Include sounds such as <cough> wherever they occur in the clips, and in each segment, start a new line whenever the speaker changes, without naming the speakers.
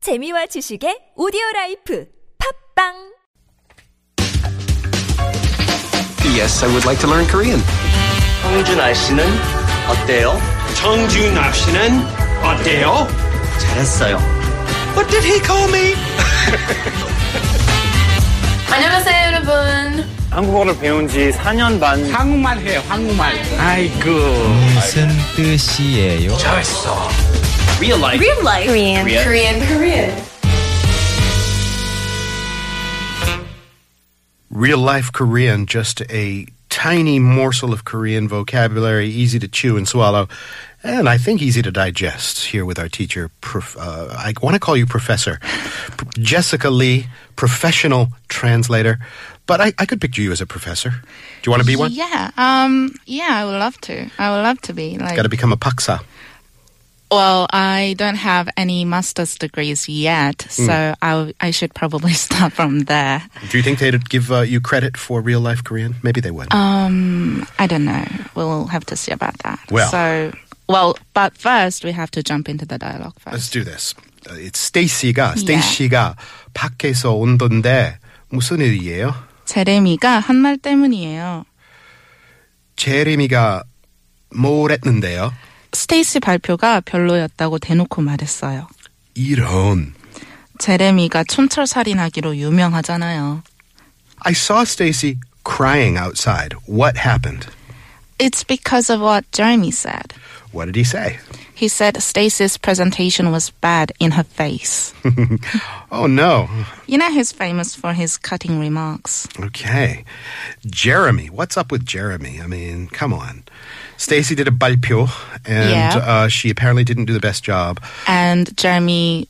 재미와 지식의 오디오 라이프 팝빵
Yes, I would like to learn Korean.
홍준아 씨는 어때요?
정준합 씨는 어때요?
잘했어요.
What did he call me?
안녕하세요 여러분.
한국어를 배운 지 4년 반
한국말 해요, 한국말. 아이고.
무슨 뜻이에요?
잘했어.
Real life.
Korean. Korean. Korean.
real life Korean, just a tiny morsel of Korean vocabulary, easy to chew and swallow, and I think easy to digest here with our teacher. Prof, uh, I want to call you Professor P- Jessica Lee, professional translator, but I, I could picture you as a professor. Do you want to be one?
Yeah. Um. Yeah, I would love to. I would love to be like.
Got to become a paksa.
Well, I don't have any master's degrees yet, so I w- I should probably <laughs> start from there.
Do you think they'd give uh, you credit for real life Korean? Maybe they would.
Um. I don't know. We'll have to see about that.
Well.
So. Well, but first we have to jump into the dialogue first.
Let's do this. Uh, it's Stacy가
Yeah.
Stacy가 밖에서 온던데 무슨 일이에요?
제레미가 한 말 때문이에요.
제레미가 뭘 했는데요?
스테이시 발표가 별로였다고 대놓고 말했어요.
이런.
제레미가 촌철 살인하기로 유명하잖아요.
I saw Stacy crying outside. What happened?
It's because of what Jeremy said.
What did he say?
He said Stacy's presentation was bad in her face.
Oh no.
You know he's famous for his cutting remarks.
Okay. Jeremy, what's up with Jeremy? I mean, come on. Stacy did a 발표 and
Yeah.
uh, she apparently didn't do the best job.
And Jeremy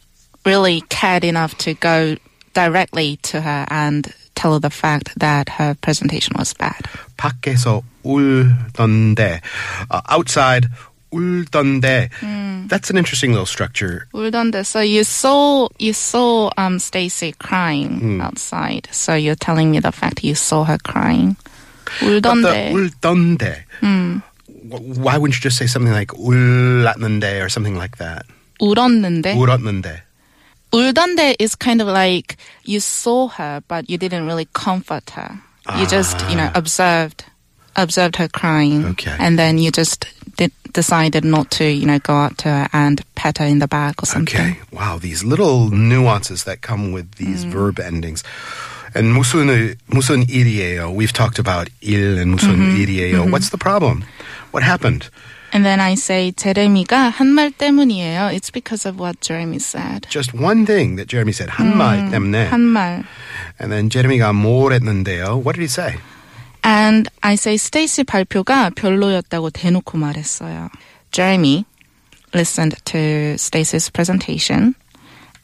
really cared enough to go directly to her and tell her the fact that her presentation was bad.
밖에서 울던데. Uh, outside 울던데. That's an interesting little structure.
Well done there. So you saw you saw um Stacy crying
Hmm.
outside. So you're telling me the fact you saw her crying. Well
But
done
the
there.
울던데. Wh- Why wouldn't you just say something like 울랐는데 or something like that?
울었는데.
울었는데.
Uldonde is kind of like you saw her, but you didn't really comfort her. You just, you know, observed, observed her crying,
Ah. Okay.
and then you just did, decided not to, you know, go up to her and pat her in the back or something.
Okay. Wow, these little nuances that come with these verb endings. And 무슨, 무슨 일이에요? We've talked about il and 무슨 일이에요. What's the problem? What happened?
And then I say, 제레미가 한말 때문이에요. It's because of what Jeremy said.
Just one thing that Jeremy said, 한말 때문에.
한말.
and then Jeremy가 뭘 했는데요? What did he say?
And I say, Stacy 발표가 별로였다고 대놓고 말했어요. Jeremy listened to Stacy's presentation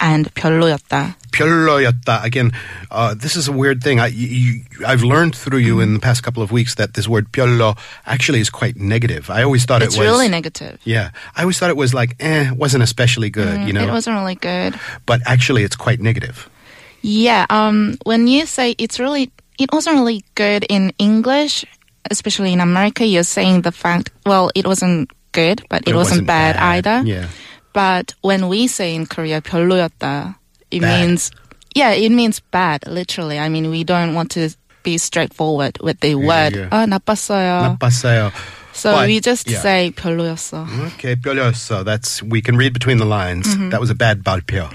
and 별로였다.
별로였다. Again, uh, this is a weird thing. I, you, you- I've learned through you in the past couple of weeks that this word 별로 actually is quite negative. I always thought
It's
it was.
really negative.
yeah. I always thought it was like, eh, wasn't especially good, you know?
Mm, It wasn't really good.
but actually it's quite negative.
Yeah. Um. When you say it's really, it wasn't really good in English, especially in America. You're saying the fact. Well, it wasn't good, but it, wasn't, bad, either.
Yeah.
But when we say in Korea 별로였다, it
Bad.
means yeah, it means bad. Literally. I mean, we don't want to be straightforward with the word.
yeah.
Oh, 나빴어요.
나빴어요.
so
but-
we just
yeah.
say 별로였어.
Okay, 별로였어. That's we can read between the lines.
Mm-hmm.
That was a bad 발표.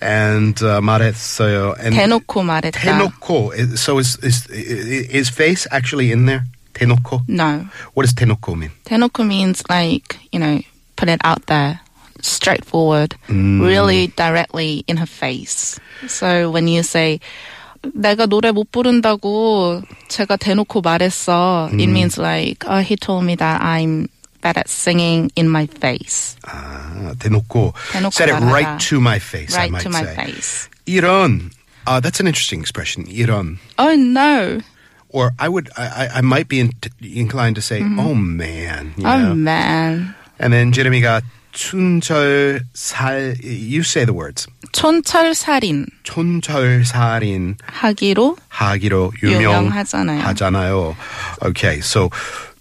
And uh, 말했어요. And
대놓고 말했다.
대놓고. Is- So is is i- i- is face actually in there? 대놓고.
No.
What does 대놓고 mean?
Tenoko means like, you know, put it out there, straightforward,
Mm.
really directly in her face. So when you say, 내가 노래 못 부른다고 제가 대놓고 말했어, it
Mm.
means like, oh, he told me that I'm bad at singing in my face.
Ah, 대놓고.
대놓고
Said it
말하다.
right to my face. I
right
might
to my
say.
face.
이런. Uh, that's an interesting expression. 이런.
Oh no.
Or I would. I, I, I might be in, inclined to say,
Mm-hmm.
"Oh man." you
Oh
know?
man.
And then Jeremy가 춘철살 you say the words.
촌철살인
촌철살인
하기로
하기로
유명하잖아요.
유명하잖아요. Okay, so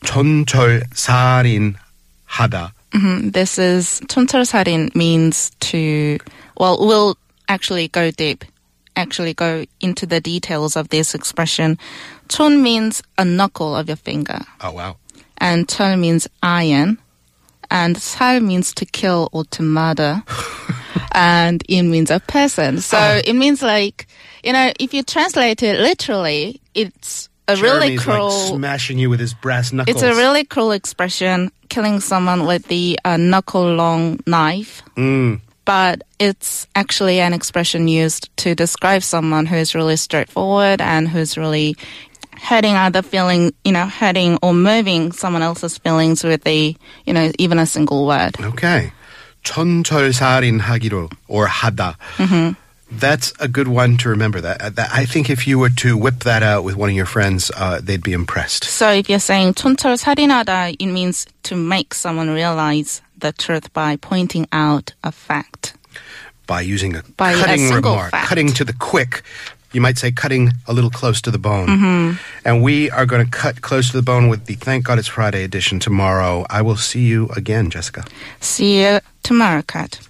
촌철살인 하다
Mhm, This is 촌철살인 means to well we'll actually go deep actually go into the details of this expression. 촌 means a knuckle of your finger
Oh, wow.
and 철 means iron and 살 means to kill or to murder and in means a person. So it means like you know if you translate it literally it's a really
Jeremy's, like,
cruel
smashing you with his brass knuckles.
it's a really cruel expression, killing someone with the uh, knuckle long knife. But it's actually an expression used to describe someone who's really straightforward and who's really hurting other feeling, you know, hurting or moving someone else's feelings with the, you know, even a single word.
Okay. 천철살인 하기로 or hada.
Mm-hmm.
That's a good one to remember. That, uh, that I think if you were to whip that out with one of your friends, uh, they'd be impressed.
So if you're saying 촌철살인하다, it means to make someone realize the truth by pointing out a fact.
By using a
By a
cutting
single
remark,
fact.
cutting to the quick. You might say cutting a little close to the bone.
Mm-hmm.
And we are going to cut close to the bone with the Thank God It's Friday edition tomorrow. I will see you again, Jessica.
See you tomorrow, Kat.